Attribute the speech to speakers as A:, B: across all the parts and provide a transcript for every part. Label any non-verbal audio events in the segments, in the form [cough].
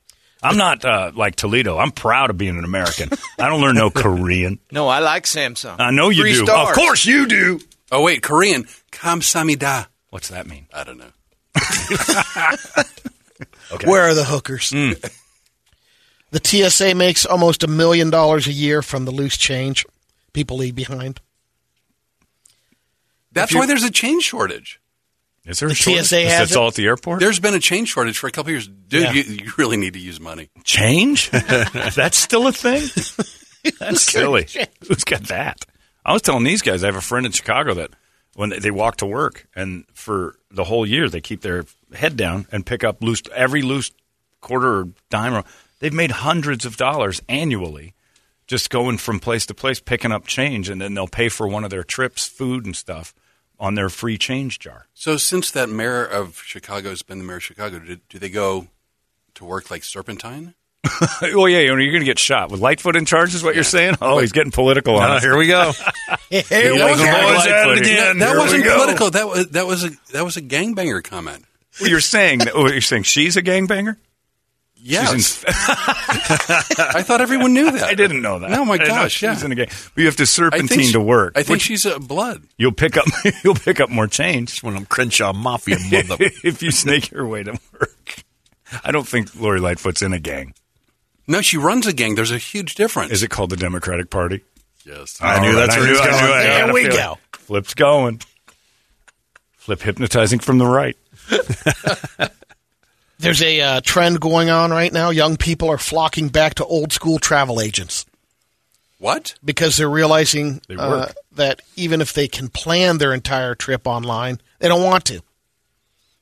A: I'm not uh, like Toledo. I'm proud of being an American. I don't learn no Korean.
B: No, I like Samsung.
A: I know you
B: Three
A: do.
B: Stars.
A: Of course you do.
C: Oh, wait, Korean. Kamsamida.
A: What's that mean?
C: I don't know.
D: Where are the hookers? The TSA makes almost a million dollars a year from the loose change people leave behind. [laughs]
C: That's why there's a chain shortage.
A: Is there a
D: The
A: shortage?
D: TSA
A: Is
D: has
A: that's
D: it?
A: all at the airport?
C: There's been a chain shortage for a couple years. Dude,
D: Yeah.
C: you, you really need to use money.
A: change? That's still a thing? That's silly. Who's got that? I was telling these guys, I have a friend in Chicago that when they, they walk to work and for the whole year they keep their head down and pick up loose every loose quarter or dime. Or, they've made hundreds of dollars annually just going from place to place picking up change and then they'll pay for one of their trips, food and stuff on their free change jar. [laughs]
C: So since that mayor of Chicago has been the mayor of Chicago, do, do they go to work like serpentine?
A: oh yeah, you're going to get shot with Lightfoot in charge is what you're saying? Oh, he's getting political on
E: Ah,
A: us.
E: here we go.
D: Hey,
A: Yeah,
D: look
A: those
D: at
A: are
D: it.
A: boys at it
E: Lightfoot.
A: again.
C: that
A: Here we
C: wasn't
A: go.
C: political. That was that was a that was a gangbanger comment.
A: Well, you're saying that, oh, you're saying she's a gangbanger?
C: Yes, I thought everyone knew
A: [laughs]
C: that.
A: I didn't know that.
C: No, my
A: I didn't know
C: gosh,
A: she was
C: yeah.
A: in a gang. But you have to
C: I think
A: serpentine
C: she-
A: to work.
C: I think
A: which
C: she's a blood.
A: you'll pick up. [laughs] You'll pick up more change [laughs]
E: One of them Crenshaw Mafia mother.
A: if you snake your way to work. I don't think Lori Lightfoot's in a gang.
C: No, she runs a gang. There's a huge difference.
A: Is it called the Democratic Party?
C: Yes.
E: I knew
A: All [laughs]
E: that's
A: I
E: where he was
A: I
E: going.
A: I
D: There
A: had a
D: we
A: feeling.
D: go.
A: Flip's going. Flip hypnotizing from the right.
D: There's a uh, trend going on right now. Young people are flocking back to old school travel agents.
C: What?
D: because they're realizing
E: They
D: uh,
E: work.
D: that even if they can plan their entire trip online, they don't want to.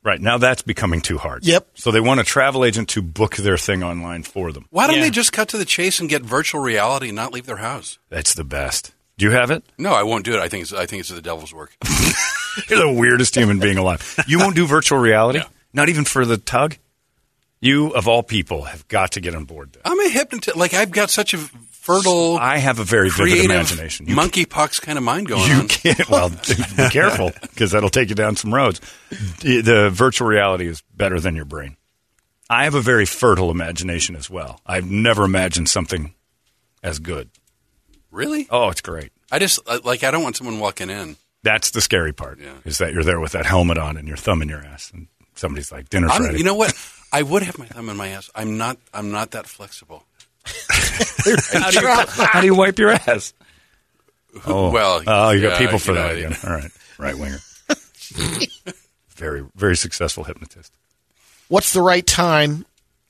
A: Right now, that's becoming too hard.
D: Yep.
A: So they want a travel agent to book their thing online for them.
C: Why don't
D: Yeah.
C: they just cut to the chase and get virtual reality and not leave their house?
A: That's the best. Do you have it?
C: No, I won't do it. I think it's, I think it's the
A: [laughs]
C: devil's work.
A: You're the weirdest human being alive. You won't do virtual reality?
C: No.
A: Not even for the tug? You, of all people, have got to get on board that.
C: I'm a hypnotist. Like I've got such a fertile,
A: I have a very vivid
C: creative,
A: imagination. [laughs] You,
C: monkey pox kind of mind going
A: you
C: on.
A: can't. Well, be careful because that'll take you down some roads. The- The virtual reality is better than your brain. I have a very fertile imagination as well. I've never imagined something as good.
C: Really?
A: Oh, it's great.
C: I just I- like I don't want someone walking in.
A: That's the scary part
C: Yeah.
A: is that you're there with that helmet on and your thumb in your ass, and somebody's like, "Dinner's
C: I'm,
A: ready."
C: you know what? I would have my thumb in my ass. I'm not. I'm not that flexible.
A: how, do you, how do you wipe your ass? Oh
C: well,
A: oh, you got
C: yeah,
A: people for
C: you know,
A: that
C: I-
A: again. All right, right
E: [laughs]
A: winger. very, very successful hypnotist.
D: What's the right time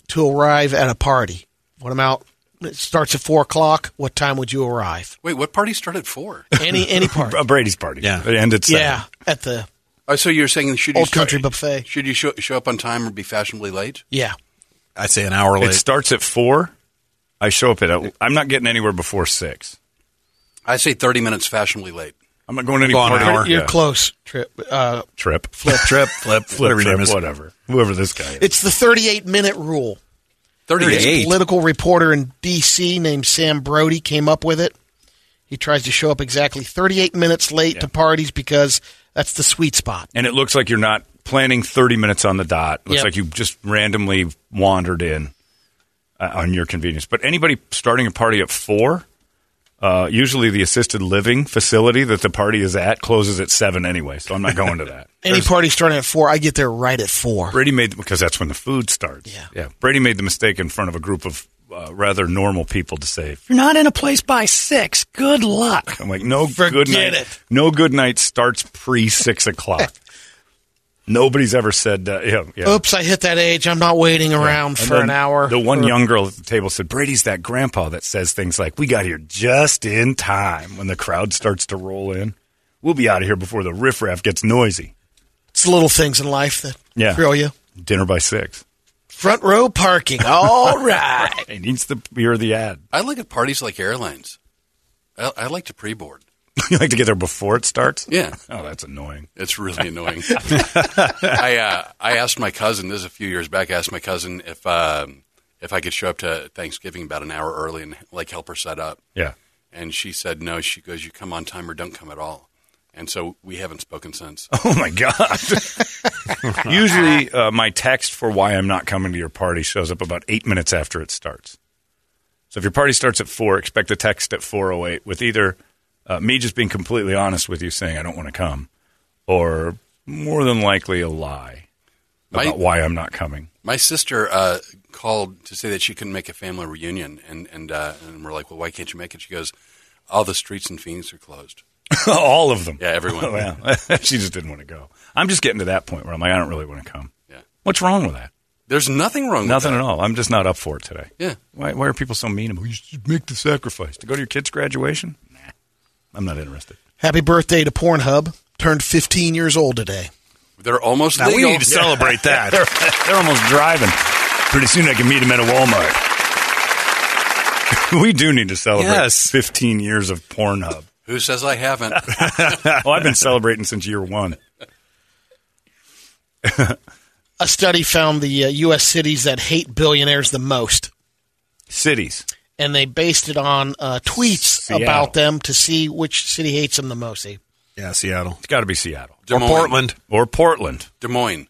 D: to arrive at a party? When I'm out, it starts at four o'clock. What time would
C: [laughs]
D: you arrive?
C: Wait, what party started for?
D: Any any party?
A: Uh, Brady's party.
E: Yeah.
A: it ended. seven.
D: yeah, at the
C: Oh, so you're saying should you
D: old
C: start-
D: country buffet.
C: Should you show, show up on time or be fashionably late?
D: Yeah,
E: I'd say an hour
A: It
E: late.
A: starts at four. I show up at. I'm not getting anywhere before six.
C: I say thirty minutes fashionably late.
A: I'm not going any
E: Go on an
A: party.
E: hour.
D: you're
A: Yeah.
D: close. Trip. Uh,
A: Trip,
E: flip,
A: [laughs]
E: trip, flip,
A: flip,
E: whatever your
A: trip,
E: name is.
A: whatever. Whoever this guy is.
D: it's the 38 minute rule.
C: Thirty-eight.
E: Eight.
D: Political reporter in D.C. named Sam Brody came up with it. He tries to show up exactly 38 minutes late to parties because that's the sweet spot.
A: and it looks like you're not planning 30 minutes on the dot. Looks
D: Yep.
A: like you just randomly wandered in uh, on your convenience. But anybody starting a party at four, uh, usually the assisted living facility that the party is at closes at seven anyway. So I'm not going to that.
D: Any party starting at four, I get there right at four.
A: Brady made because that's when the food starts.
D: Yeah.
A: Brady made the mistake in front of a group of uh, rather normal people to say,
E: If you're not in a place by six, good luck.
A: I'm like, no
D: Forget
A: good night.
D: it.
A: No good night starts pre six
E: [laughs]
A: o'clock. Nobody's ever said, uh, yeah, yeah.
D: Oops, I hit that age. I'm not waiting around
A: And
D: for
A: then
D: an hour.
A: The one
D: Or-
A: young girl at the table said, Brady's that grandpa that says things like, We got here just in time when the crowd starts to roll in. We'll be out of here before the riffraff gets noisy.
D: It's little things in life that
A: Yeah.
D: thrill you.
A: Dinner by six.
D: Front row parking.
A: [laughs]
D: All right.
A: He needs to hear the ad.
C: I look at parties like airlines. I, I like to pre-board.
A: [laughs] you like to get there before it starts?
C: Yeah.
A: Oh, that's annoying.
C: It's really
D: [laughs]
C: annoying. I uh, I asked my cousin. This is a few years back. I asked my cousin if um, if I could show up to Thanksgiving about an hour early and like help her set up.
A: Yeah.
C: [laughs] And she said no. She goes, "You come on time or don't come at all." And so we haven't spoken since.
A: Oh my god. [laughs] Usually, uh, my text for why I'm not coming to your party shows up about eight minutes after it starts. So if your party starts at four, expect a text at four oh eight with either uh, me just being completely honest with you, saying I don't want to come, or more than likely a lie
C: My-
A: about why I'm not coming. [laughs]
C: My sister uh, called to say that she couldn't make a family reunion, and and uh, and we're like, "Well, why can't you make it?" She goes, "All the streets in Phoenix are closed."
A: All of them. [laughs]
C: Yeah, everyone.
A: Wow. she just didn't want to go. I'm just getting to that point where I'm like, I don't really want to come.
C: Yeah.
A: What's wrong with that?
C: There's nothing wrong.
A: Nothing
C: With
A: at all. I'm just not up for it today.
C: that. Yeah.
A: Why, why are people so mean? about, You should make the sacrifice to go to your kid's graduation. Nah, I'm not interested.
D: Happy birthday to Pornhub. Turned 15 years old today.
C: They're almost
E: Now, we
C: legal.
E: need to
A: [laughs]
E: celebrate that.
A: They're, they're almost driving. Pretty soon I can meet him at a Walmart. [laughs] we do need to celebrate
E: Yes.
A: 15 years of Pornhub.
C: Who says I haven't?
E: [laughs]
A: oh, I've been celebrating since year one.
D: A study found the uh, U.S. cities that hate billionaires the most,
A: Cities.
D: and they based it on uh, tweets
A: Seattle.
D: about them to see which city hates them the most. eh?
E: Yeah, Seattle.
A: It's got to be Seattle
C: Des Moines.
E: Or Portland.
A: or Portland.
C: Des Moines.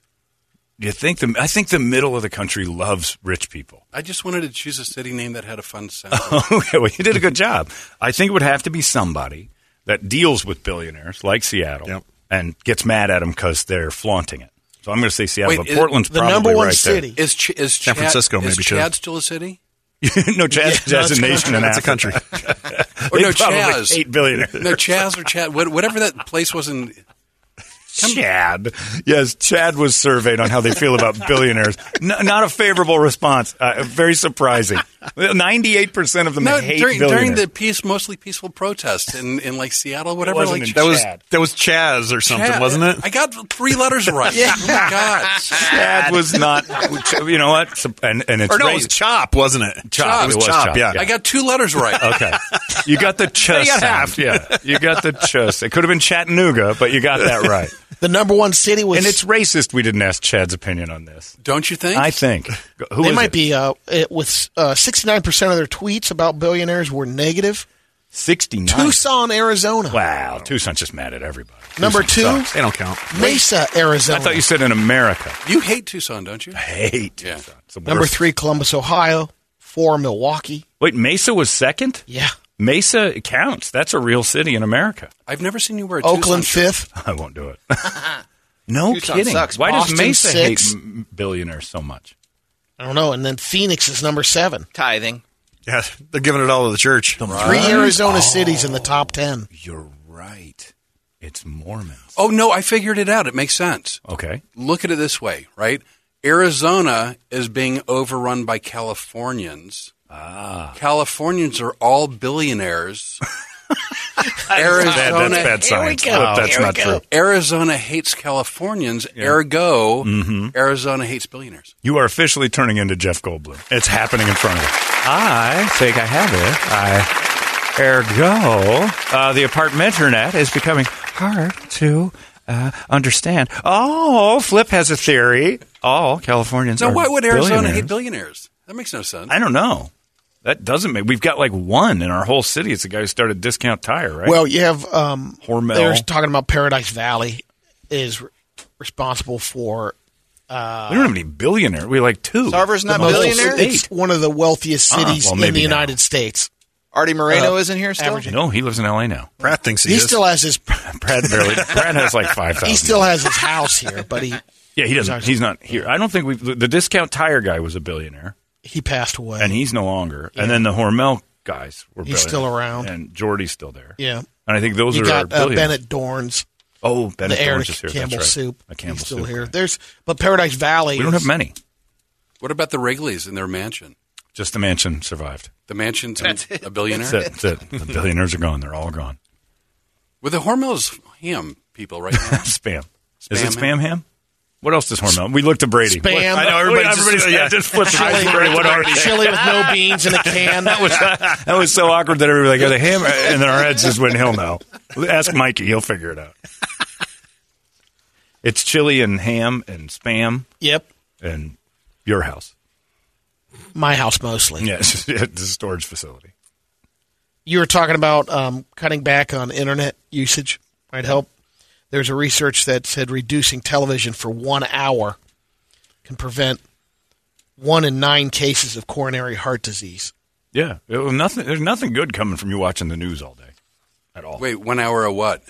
A: Do you think the? I think the middle of the country loves rich people.
C: I just wanted to choose a city name that had a fun sound.
A: [laughs]
E: Oh.
A: okay, well, you did a good job. I think it would have to be somebody that deals with billionaires like Seattle
E: Yep.
A: and gets mad at them because they're flaunting it. So I'm going to say Seattle,
C: Wait,
A: but
C: is-
A: Portland's
D: The
A: probably
D: number one
A: right [laughs]
D: city.
C: Is Ch- is
E: San
C: Chad,
E: Francisco
C: is
E: maybe should.
C: Chad still a city?
A: there. no, Chaz,
D: Yeah,
A: Chaz is a nation and
E: [laughs] That's a country.
C: Or no,
A: probably
C: Chaz.
A: hate billionaires. [laughs]
C: No, Chaz or Chad, what- whatever that place was in.
A: Chad. Yes, Chad was surveyed on how they feel about billionaires. N- not a favorable response. Uh, very surprising. Ninety-eight percent of them
C: No,
A: hate
C: during, during
A: billionaires.
C: the peace, mostly peaceful protests in, in like Seattle, whatever.
A: wasn't
C: like
A: in
C: Ch-
E: That was
A: Chad.
E: that was Chaz or something,
C: Chad.
E: wasn't it?
C: I got three letters
D: [laughs]
C: right. yeah. Oh my god.
A: Chad was not. You know what? And, and it's
E: or no, it
A: raised-
E: was Chop, wasn't it?
C: Chop.
E: It was Chop. Yeah.
C: I got two letters right.
A: Okay. You got [laughs] the ch sound.
E: got half.
A: Yeah. You got the ch. It could have been Chattanooga, but you got that [laughs] right.
D: The number one city was.
A: And it's racist we didn't ask Chad's opinion on this.
C: Don't you think?
A: I [laughs] think. Who
D: they
A: is
D: might
A: it?
D: be uh, it, with sixty nine percent of their tweets about billionaires were negative.
A: 69.
D: Tucson, Arizona.
A: Wow. Tucson's just mad at everybody.
D: Number
A: Tucson
D: two,
A: sucks.
E: They don't count.
D: Mesa, Arizona.
A: I thought you said in America.
C: you hate Tucson, don't you?
A: I hate
C: Yeah.
A: Tucson. It's the
D: Number
A: worst.
D: three, Columbus, Ohio. Four, Milwaukee.
A: Wait, Mesa was second?
D: Yeah.
A: Mesa counts. That's a real city in America.
C: I've never seen you wear a
D: Oakland,
C: Tucson shirt.
D: fifth.
A: [laughs] I won't do it. [laughs] no
B: Tucson
A: kidding.
B: sucks.
A: Why does
D: Boston,
A: Mesa
D: six.
A: hate m- billionaires so much?
D: I don't know. And then Phoenix is number seven.
B: Tithing.
E: Yeah, they're giving it all to the church.
D: Three
A: Oh.
D: Arizona cities in the top ten.
A: You're right. It's Mormons.
C: Oh no, I figured it out. It makes sense.
A: Okay.
C: Look at it this way, right? Arizona is being overrun by Californians. Ah. Californians are all billionaires.
A: Bad,
C: Arizona,
A: that's bad science. Wow, that's not true.
C: Arizona hates Californians. Ergo,
A: Mm-hmm.
C: Arizona hates billionaires.
A: You are officially turning into Jeff Goldblum. It's happening in front of you. I think I have it. I ergo uh, the apartment internet is becoming hard to uh, understand. Oh, Flip has a theory. All Californians.
C: So
A: are
C: why would Arizona hate
A: billionaires.
C: billionaires? That makes no sense.
A: I don't know. That doesn't make. We've got like one in our whole city. It's the guy who started Discount Tire, right?
D: Well, you have um,
A: Hormel.
D: They're talking about Paradise Valley is re- responsible for
A: we don't have any billionaire. We like two.
B: Sarver's not
D: the most-
B: billionaire.
D: It's one of the wealthiest
A: Uh-uh.
D: cities
A: Well,
D: in
A: maybe
D: the
A: now.
D: United States.
B: Artie
A: Uh,
B: Moreno isn't here still.
D: averaging.
A: No, he lives in L.A. now.
E: Pratt thinks he,
D: He
E: is.
D: still has
A: [laughs]
D: his [laughs]
A: Brad barely. Brad has like five thousand.
D: he still has his house here, but he
A: Yeah, he doesn't. He's not here. I don't think we. The discount tire guy was a billionaire,
D: he passed away.
A: and he's no longer. And then the Hormel guys were.
D: He's
A: billionaires.
D: still around.
A: and Jordy's still there.
D: yeah,
A: and I think those
D: you
A: are
D: got
A: our
D: uh,
A: billionaires.
D: Bennett Dorns,
A: oh, Bennett
D: the heir
A: Dorn's
D: to
A: is here.
D: Campbell
A: That's right.
D: Soup.
A: A Campbell
D: he's still
A: Soup
D: here.
A: guy.
D: There's but Paradise Valley.
A: We don't
D: is-
A: have many.
C: What about the Wrigleys and their mansion?
A: Just the mansion
D: [laughs]
A: survived.
C: The mansion's a, a billionaire.
A: That's it. That's it. The billionaires are gone. They're all gone.
C: With the Hormel's ham people right now.
A: [laughs]
C: [laughs]
A: Spam. Is
C: Spam
A: it spam ham? What else does Hormel? We looked at Brady.
D: Spam.
A: What- [laughs] I know everybody. Just, yeah, just flipped the
D: Chili,
A: Brady. What are they?
D: chili with
A: [laughs]
D: no beans in a can.
A: That was that was so awkward that everybody got a hammer, and then our heads just went, "He'll know." Ask Mikey; he'll figure it out. It's chili and ham and spam
D: yep,
A: and your house.
D: my house
A: [laughs]
D: mostly.
A: Yes, it's a storage facility.
D: you were talking about um, cutting back on internet usage might help. There's a research that said reducing television for one hour can prevent one in nine cases of coronary heart disease.
A: Yeah, it was nothing. There's nothing good coming from you watching the news all day, at all.
C: Wait, one hour a what?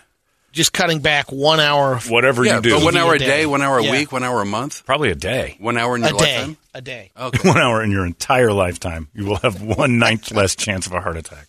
D: Just cutting back one hour of
A: Whatever
C: yeah,
A: you do,
C: but one
D: TV
C: hour
D: a
C: a day,
D: day.
C: one hour a
D: Yeah.
C: week, one hour a month,
A: probably a day.
C: one hour in
D: a
C: your
D: day.
C: lifetime.
D: A day.
A: [laughs]
C: Okay.
A: One hour in your entire lifetime, you will have one ninth less chance of a heart attack.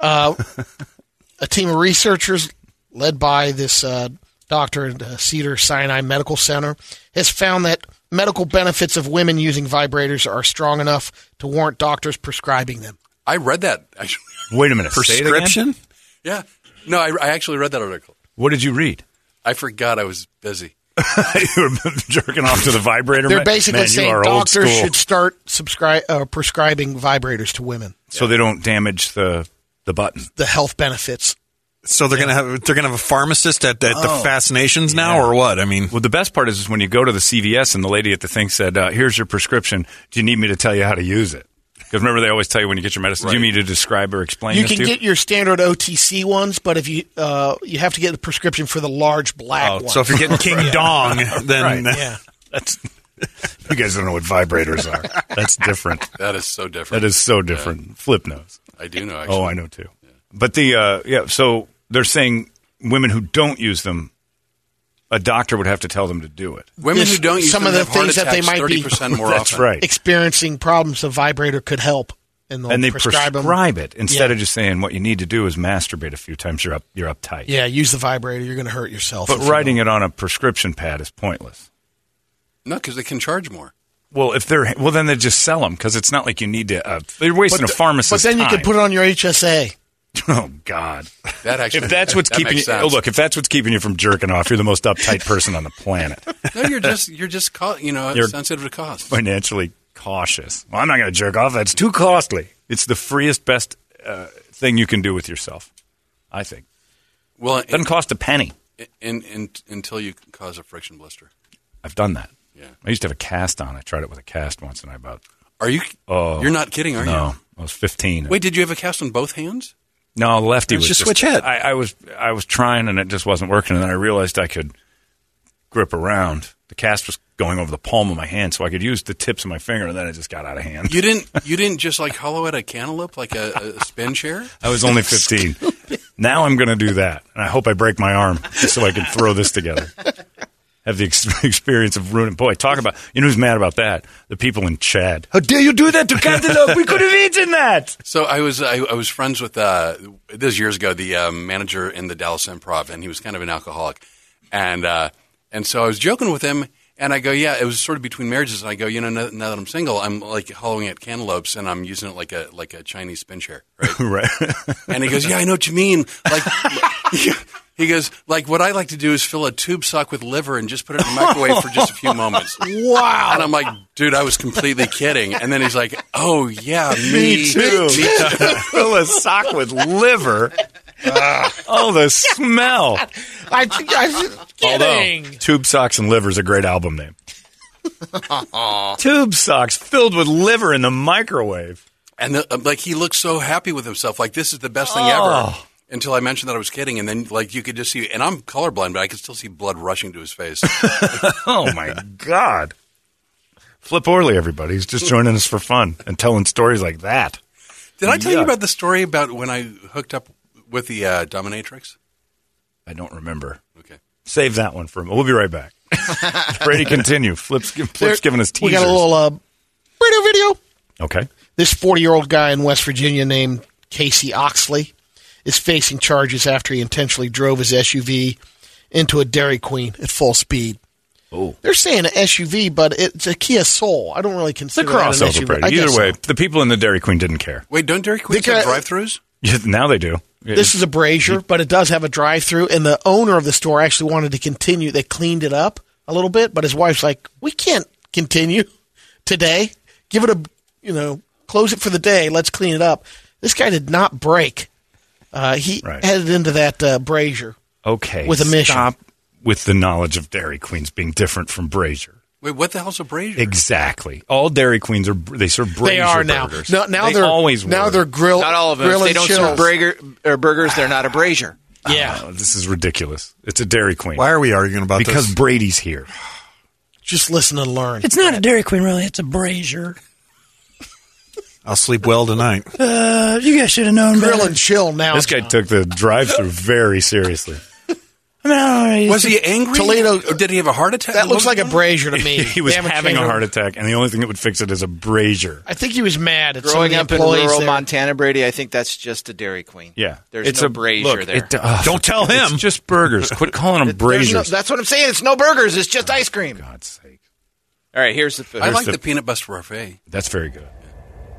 D: Uh, a team of researchers led by this uh, doctor at uh, Cedar Sinai Medical Center has found that medical benefits of women using vibrators are strong enough to warrant doctors prescribing them.
C: I read that [laughs] actually.
A: Wait a minute. Say it again?
E: Prescription?
C: Yeah. No, I, I actually read that article.
A: What did you read? [laughs]
C: I forgot I was busy.
A: you were jerking off to the vibrator.
D: They're
A: Man,
D: basically
A: man, you
D: saying
A: are old
D: doctors
A: school.
D: should start subscri- uh, prescribing vibrators to women.
A: so they don't damage the the button.
D: The health benefits.
E: So they're gonna have they're gonna have a pharmacist at, at
D: Oh.
E: the Fascinations now, or what? I mean,
A: Well, the best part is, is when you go to the CVS and the lady at the thing said, uh, "Here's your prescription. Do you need me to tell you how to use it?" Because remember, they always tell you when you get your medicine, do you need to describe or explain
D: You
A: this
D: can
A: to you?
D: get your standard OTC ones, but if you uh, you have to get a prescription for the large black
E: oh,
D: one. [laughs]
E: so if you're getting King Dong, then
A: Right.
D: yeah,
A: [laughs] That's you guys don't know what vibrators are. That's different.
C: That is so different.
A: That is so different. Flip knows.
C: I do know, actually.
A: Oh, I know too. But the uh, yeah, so they're saying women who don't use them, a doctor would have to tell them to do it.
C: Women who don't use
D: some
C: them
D: of the
C: have heart
D: things that they
C: attacks
D: might be
C: 30% more
A: [laughs] That's [laughs]
C: often.
A: right.
D: experiencing problems, the vibrator could help, and they'll
A: and they
D: prescribe,
A: prescribe,
D: 'em.
A: it instead
D: Yeah.
A: of just saying what you need to do is masturbate a few times. You're up. You're uptight.
D: Yeah, use the vibrator. You're going to hurt yourself.
A: But writing it on a prescription pad is pointless.
C: No, because they can charge more.
A: Well, if they're well, then they just sell them because it's not like you need to. Uh, they're wasting a
D: But
A: pharmacist's
D: then you
A: time. [laughs]
D: could put it on your HSA.
A: Oh God!
C: That actually.
A: If that's what's
C: [laughs] that
A: keeping you,
C: makes
A: oh,
C: sense.
A: look, if that's what's keeping you from jerking off, you're the most uptight person on the
D: [laughs]
A: planet.
C: No, you're
A: [laughs]
C: just you're just co- you know
A: You're-
C: sensitive to cost.
A: Financially cautious. Well, I'm not going to jerk off. That's too costly. It's the freest, best uh, thing you can do with yourself. I think
C: Well,
A: doesn't
C: in,
A: cost a penny.
C: in, in, until you cause a friction blister.
A: I've done that.
C: Yeah.
A: I used to have a cast on. I tried it with a cast once, and I about
C: Are you?
A: Oh,
C: you're not kidding, are
A: no.
C: you?
A: I was 15.
C: Wait, did you have a cast on both hands?
A: No, the lefty
E: Why don't
A: was
E: you switch head?
A: I, I was I was trying and it just wasn't working. And then I realized I could grip around. The cast was going over the palm of my hand, so I could use the tips of my finger. And then it just got out of hand.
C: You didn't. You didn't just like hollow at a cantaloupe like a, a spin chair.
A: I was [laughs] only 15. now I'm going to do that, and I hope I break my arm just so I can throw this together. Have the ex- [laughs] experience of ruining. Boy, talk about you know who's mad about that? The people in Chad. How dare you do that to cantaloupe? we could have eaten that.
C: So I was I, I was friends with uh, this years ago the uh, manager in the Dallas Improv, and he was kind of an alcoholic, and uh, and so I was joking with him, and I go, yeah, it was sort of between marriages, and I go, you know, now, now that I'm single, I'm like hollowing at cantaloupes, and I'm using it like a like a Chinese spin chair, [laughs] right?
A: Right.
C: And he goes, "Yeah, I know what you mean." Like [laughs] he goes, "Like what I like to do is fill a tube sock with liver and just put it in the microwave for just a few moments." [laughs] Wow! And I'm like, "Dude, I was completely kidding." And then he's like, "Oh yeah, [laughs]
A: [laughs]
C: me,
A: Me too. [laughs]
C: me too."
A: Fill a sock with liver. oh, the smell.
D: Ah. I, I, kidding.
A: Tube Socks and Liver is a great album
D: [laughs]
A: name. Tube Socks filled with liver in the microwave.
C: And the, uh, like he looked so happy with himself, like this is the best thing ever.
A: Oh.
C: Until I mentioned that I was kidding, and then like you could just see, and I'm colorblind, but I could still see blood rushing to his face.
A: Oh, my
D: [laughs]
A: God. Flip Orley, everybody. He's just joining us for fun and telling stories like that.
C: Did I tell you
A: Yuck.
C: about the story about when I hooked up with the uh, dominatrix?
A: I don't remember.
C: Okay.
A: Save that one for a moment. We'll be right
D: [laughs]
A: back. Brady, continue. Flip's, Flip's giving us
D: we
A: teasers.
D: got a little uh, radio video.
A: okay.
D: This 40 year old guy in West Virginia named Casey Oxley is facing charges after he intentionally drove his SUV into a Dairy Queen at full speed. Oh. They're saying an SUV, but it's a Kia Soul. I don't really
A: It's a
D: consider that an
A: crossover,
D: SUV.
A: Brady.
D: I
A: Either
D: guess
A: way,
D: so.
A: the people in the Dairy Queen didn't care. [laughs]
C: Wait, don't Dairy Queens
D: Because-
C: have drive-throughs?
A: Yeah, now they do.
D: This is a brazier, but it does have a drive through, and the owner of the store actually wanted to continue. They cleaned it up a little bit, but his wife's like, "We can't continue today. Give it a, you know, close it for the day. Let's clean it up." This guy did not break. Uh, he
A: Right.
D: headed into that uh, brazier.
A: okay.
D: with a mission.
A: Stop with the knowledge of Dairy Queens being different from Brazier.
C: Wait, what the hell's a brazier?
A: Exactly. All Dairy Queens are they serve Brazier
D: they are now.
A: burgers.
D: No, now
A: they
D: are
A: always
D: now
A: were.
D: they're grill.
B: Not all of them.
D: Grill
B: If they
D: and
B: don't
D: chills.
B: serve burger, or burgers, they're not a brazier.
D: Yeah,
A: Oh, this is ridiculous. It's a Dairy Queen.
E: Why are we arguing about
A: because
E: this?
A: Brady's here.
D: just listen and learn.
F: It's not a Dairy Queen, really. It's a brazier.
E: I'll sleep well tonight.
F: Uh, you guys should have known
D: grill
F: better.
D: and chill now.
A: This guy took the drive-through very seriously.
F: [laughs] I mean, I don't know.
C: Was he angry?
D: Toledo-
C: Or did he have a heart attack?
D: that looks like a
A: [laughs]
D: brazier to me.
A: he was
D: They haven't
A: having
D: changed
A: a
D: them.
A: heart attack, and the only thing that would fix it is a Brazier.
D: I think he was mad at some of
B: Growing
D: the
B: up in
D: employees
B: rural
D: there.
B: Montana, Brady, I think that's just a Dairy Queen.
A: Yeah,
B: There's no
A: a
B: brazier
A: look,
B: there.
A: it- oh,
E: Don't tell
A: it's
E: him.
A: just burgers. Quit calling
D: [laughs]
A: them
B: There's no-
A: Braziers.
B: that's what I'm saying. It's no burgers. It's
A: Oh,
B: just ice cream.
A: For God's sake.
B: All right, here's the food.
C: I like
A: the-
C: the, peanut butter buffet.
A: That's very good. Oh,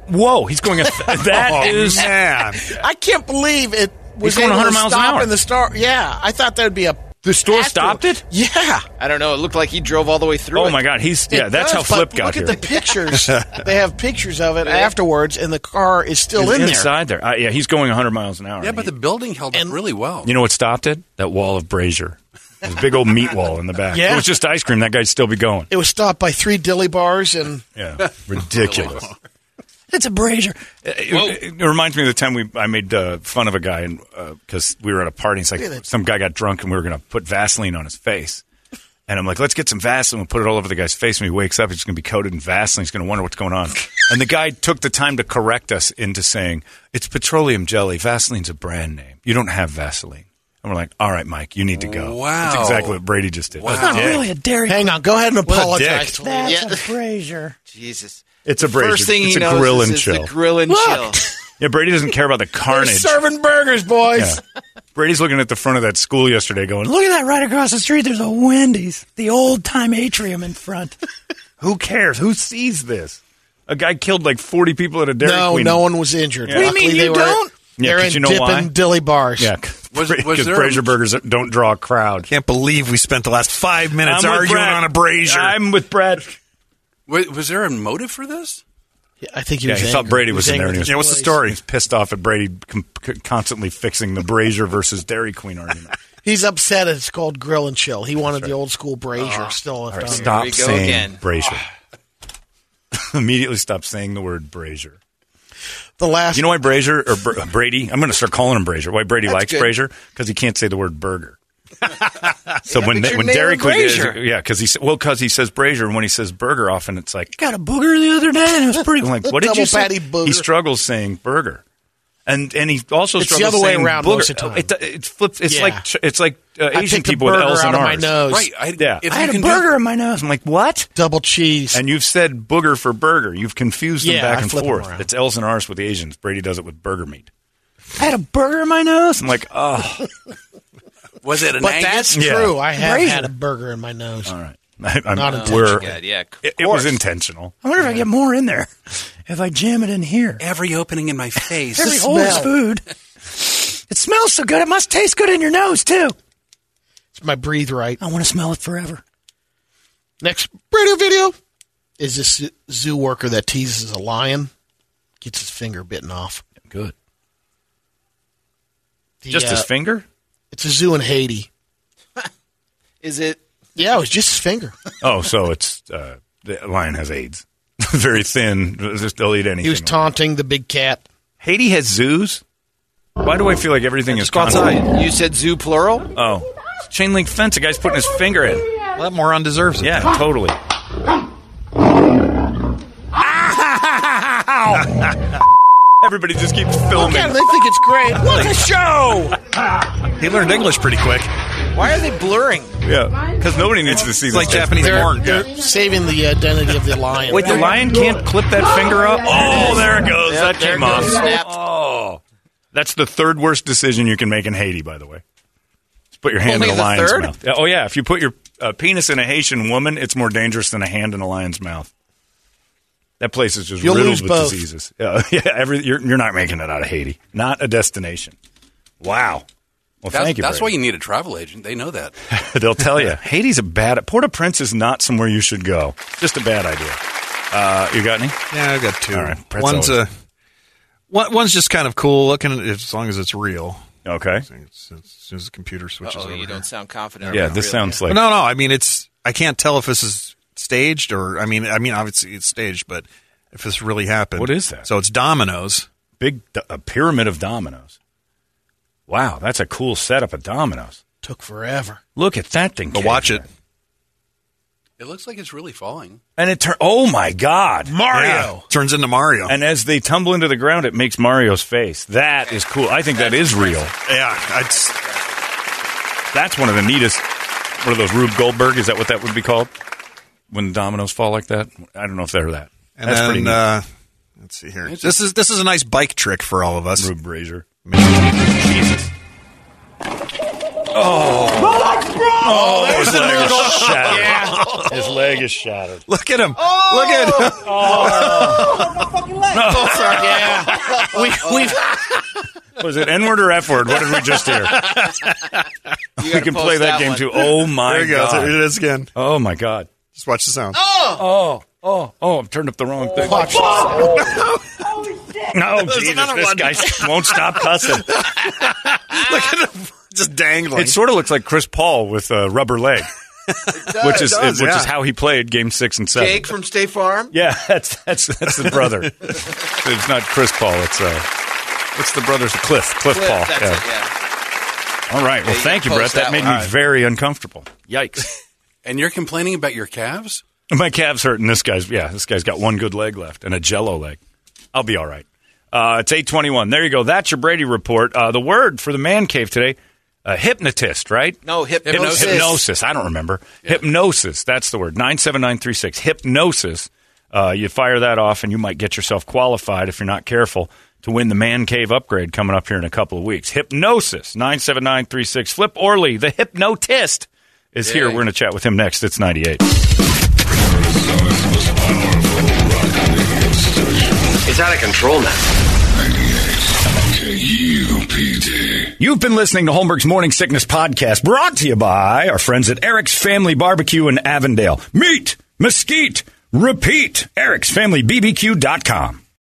A: Whoa, he's [laughs] going. A th- that is
E: Oh, man.
D: I can't believe it was
A: going
D: able
A: 100
D: to
A: miles an
D: stop
A: hour.
D: in the store. Yeah, I thought that would be a.
A: the store
D: After-
A: stopped it.
D: Yeah.
B: I don't know. It looked like he drove all the way through.
A: Oh
B: it.
A: my God, he's yeah.
D: It
A: That's
D: does,
A: how
D: but
A: Flip got
D: look
A: here.
D: at
A: [laughs]
D: the pictures. they have pictures of it afterwards, and the car is still
A: He's
D: in there.
A: inside there. Uh, yeah, he's going 100 miles an hour.
C: Yeah, but the building held
D: And-
C: up really well.
A: you know what stopped it? That wall of brazier. This big old meat wall in the back.
D: Yeah.
A: It was just ice cream. That guy'd still be going.
D: It was stopped by three dilly bars, and
A: Yeah, ridiculous.
F: It's a brazier.
A: it, it- it reminds me of the time we I made uh, fun of a guy uh, because we were at a party. And it's like some guy got drunk and we were going to put Vaseline on his face. And I'm like, let's get some Vaseline and put it all over the guy's face. When he wakes up, he's going to be coated in Vaseline. He's going to wonder what's going on. and the guy took the time to correct us into saying, it's petroleum jelly. Vaseline's a brand name. You don't have Vaseline. And we're like, all right, Mike, you need to go. That's
C: Wow.
A: exactly what Brady just did.
F: It's not really a dairy.
D: Hang on, go ahead and
A: What a
D: apologize.
A: dick.
D: to
F: That's
D: Yeah.
F: a brazier.
G: Jesus.
A: It's a brazier.
G: First thing
A: it's
G: he
A: a
G: knows
A: grill
G: is
A: and
G: it's
A: chill.
G: the grill and chill.
A: Yeah, Brady doesn't care about the carnage.
D: Serving burgers, boys.
A: Yeah. [laughs] Brady's looking at the front of that school yesterday going,
F: Look at that right across the street. There's a Wendy's, the old time atrium in front.
A: Who cares? Who sees this? A guy killed like 40 people at a Dairy
D: No,
A: Queen.
D: no one was injured.
A: Yeah. What do you
D: Luckily,
A: mean you
D: they were,
A: don't? Yeah,
D: they're
A: 'cause
D: in
A: you know
D: dip
A: why?
D: and dilly bars.
A: Yeah,
C: Was- was
A: because
C: there a-
A: Brazier burgers don't draw a crowd.
E: Can't believe we spent the last five minutes
A: I'm with
E: arguing
A: Brad.
E: on a brazier.
A: I'm with Brad.
C: Was, was there a motive for this?
D: Yeah, I think he
A: Yeah,
D: was
A: he thought
D: angry.
A: Brady was, in there.
D: angry
A: and he
D: with
A: was-
D: his
A: yeah, what's the story?
D: place.
A: He's pissed off at Brady com- c- constantly fixing the Brazier versus Dairy Queen argument.
G: Um,
D: He's upset. It's called grill and chill. He wanted the old school brazier still.
A: Ah. All right,
D: left on
A: stop
G: we go
A: saying
G: again.
A: Brazier. [laughs] Immediately stop saying the word Brazier.
D: The last.
A: You know why Brazier or Br- uh, Brady? I'm going to start calling him Brazier. Why Brady likes
G: good.
A: Brazier? Because he can't say the word
D: [laughs]
A: burger. so when
G: but
A: they,
G: you're
A: when Dairy
G: nailing
A: Queen,
G: Brazier.
A: yeah, because he sa- well, because he says Brazier, and when he says burger, often it's like
F: Got a booger the other day, and it was pretty.
A: I'm
D: [laughs]
A: like, what did
D: Double
A: you say?
D: patty burger.
A: He struggles saying burger, and and he also
D: It's the
A: struggles
D: other way
A: saying
D: around
A: booger.
D: most of the time.
A: It, it flips. It's
D: Yeah.
A: like it's like uh,
D: I
A: Asian
D: picked a
A: people with
D: burger
A: L's
D: out
A: and
D: of
A: R's.
D: my nose.
C: Right. I,
A: Yeah.
C: If
F: I
C: you
F: had a
C: can do-
F: burger in my nose.
A: I'm like, what?
D: Double cheese.
A: And you've said booger for burger. You've confused them
D: Yeah,
A: back
D: I
A: and
D: flip 'em
A: forth.
D: around.
A: It's L's and R's with the Asians. Brady does it with burger meat.
F: I had a burger in my nose.
A: I'm like, oh,
C: was it an
D: but
C: Angus?
D: that's
A: Yeah.
D: true. I have
F: Brazier.
D: had a burger in my nose.
A: all right. [laughs] I, I'm,
D: Not
A: we're-
G: God, yeah. of
A: It, it was
G: course.
A: intentional.
F: I wonder if I get more in there if I jam it in here.
C: Every opening in my face.
F: Every
D: the
F: hole is
D: smell.
F: food. It smells so good. It must taste good in your nose too.
D: It's my breathe right.
F: I want to smell it forever.
D: Next radio video is this zoo- zoo worker that teases a lion, gets his finger bitten off.
A: Good.
D: The,
A: Just his
D: uh,
A: finger?
D: It's a zoo in Haiti.
G: Is
A: [laughs]
G: it?
D: Yeah, it was just his finger.
A: Oh, so it's uh, the lion has AIDS. [laughs] Very thin. Just they'll eat anything.
D: He was taunting the big cat.
A: Haiti has zoos. Why do I feel like everything is
E: go outside.
A: concrete?
G: You said zoo plural?
A: Oh, It's chain link fence. A guy's putting his finger in.
E: Well, that moron deserves it.
A: Yeah,
E: [laughs]
A: totally. Everybody just keeps filming.
D: Yeah, they think it's great. What a show!
E: He learned English pretty quick.
G: Why are they blurring?
A: Yeah, because nobody needs to see this
E: It's like
A: stuff.
E: Japanese
D: They're,
E: porn.
D: they're saving the identity of the lion.
A: Wait, the lion can't clip that finger up? Oh, there it goes.
D: Yep,
A: that
D: there
A: came
D: it
A: off.
D: goes. Snapped.
A: Oh. That's the third worst decision you can make in Haiti, by the way. Just put your hand
G: Only
A: in a
G: the
A: lion's
G: third?
A: mouth. Yeah, Oh, yeah. If you put your uh, penis in a Haitian woman, it's more dangerous than a hand in a lion's mouth. That place is just
D: You'll
A: riddled
D: lose
A: with
D: both.
A: diseases. [laughs] Yeah, yeah every, you're, you're not making it out of Haiti. Not a destination. Wow. Well,
C: That's,
A: thank you.
C: that's
A: Brady.
C: why you need a travel agent. They know that.
A: [laughs] They'll tell you. Haiti's a bad. Port-au-Prince is not somewhere you should go. Just a bad idea. Uh, you got any?
E: Yeah, I got two.
A: All right, Brett's
E: one's
A: always-
E: a one, one's just kind of cool looking as long as it's real.
A: Okay.
E: It's- it's- As soon as the computer switches
G: Oh,
E: over.
G: you
E: here.
G: don't sound confident.
A: Yeah,
G: about
A: this
G: real-
A: sounds like
E: no, no. I mean, it's I can't tell if this is staged or I mean, I mean, obviously it's staged, but if this really happened,
A: What is that?
E: So it's dominoes.
A: big do- a pyramid of dominoes. Wow, that's a cool setup of dominoes.
D: Took forever.
A: Look at that thing.
E: But
A: Cage.
E: watch it.
C: It looks like it's really falling.
A: And it turns. Oh my God,
E: Yeah. turns into Mario.
A: And as they tumble into the ground, it makes Mario's face. That is cool. I think that is real.
E: yeah, it's
A: That's one of the neatest. One of those Rube Goldberg. Is that what that would be called? When dominoes fall like that, I don't know if they're that.
E: and
A: that's pretty
E: then
A: neat.
E: uh, let's see here. This is this is a nice bike trick for all of us.
A: Rube Brazier.
E: Jesus.
A: Oh, his leg is shattered. His leg is shattered.
E: [laughs] Look at him! Look at him!
D: yeah, we, we've
A: Was it N word or F word? What did we just
E: [laughs]
A: hear?
G: You
A: [laughs] we
G: gotta
A: can
G: post
A: play that, game
G: one.
A: too. Oh my
E: There he goes. There
A: god!
E: it is again.
A: Oh my god!
E: Just watch the sound.
A: Oh oh oh! I've turned up the wrong thing.
D: watched.
A: [laughs] No, Jesus,
E: another
A: this
E: one.
A: guy won't stop cussing.
E: [laughs] Look at him! Just dangling. [laughs]
A: It sort of looks like Chris Paul with a rubber leg, which is
E: it does,
A: which
E: yeah.
A: is how he played Game Six and Seven.
G: Jake from State Farm.
A: Yeah, [laughs] that's that's that's the
G: [laughs]
A: brother. it's not Chris Paul. It's uh, it's the brother's Cliff Cliff,
G: Cliff,
A: Paul.
G: That's
A: yeah.
G: it. Yeah.
A: All right. Well,
G: you
A: thank you,
G: can
A: Brett.
G: post that
A: That made
G: one.
A: me very uncomfortable. Yikes.
C: And you're complaining about your calves?
A: My calves hurt, and this guy's yeah, this guy's got one good leg left and a Jello leg. I'll be all right. Uh, it's eight twenty one. There you go. That's your Brady report. Uh, the word for the man cave today, uh, hypnotist, right?
G: No, hypnosis.
A: Hypnosis. I don't remember. Hypnosis. That's the word. Nine seven nine three six. Hypnosis. Uh, you fire that off, and you might get yourself qualified if you're not careful to win the man cave upgrade coming up here in a couple of weeks. Hypnosis. Nine seven nine three six. Flip Orley, the hypnotist, is here. We're going to chat with him next. It's ninety eight.
H: It's out of control now. K-U-P-D.
A: You've been listening to Holmberg's Morning Sickness Podcast, brought to you by our friends at Eric's Family Barbecue in Avondale. Meet, mesquite, repeat. Eric'sFamilyBBQ.com.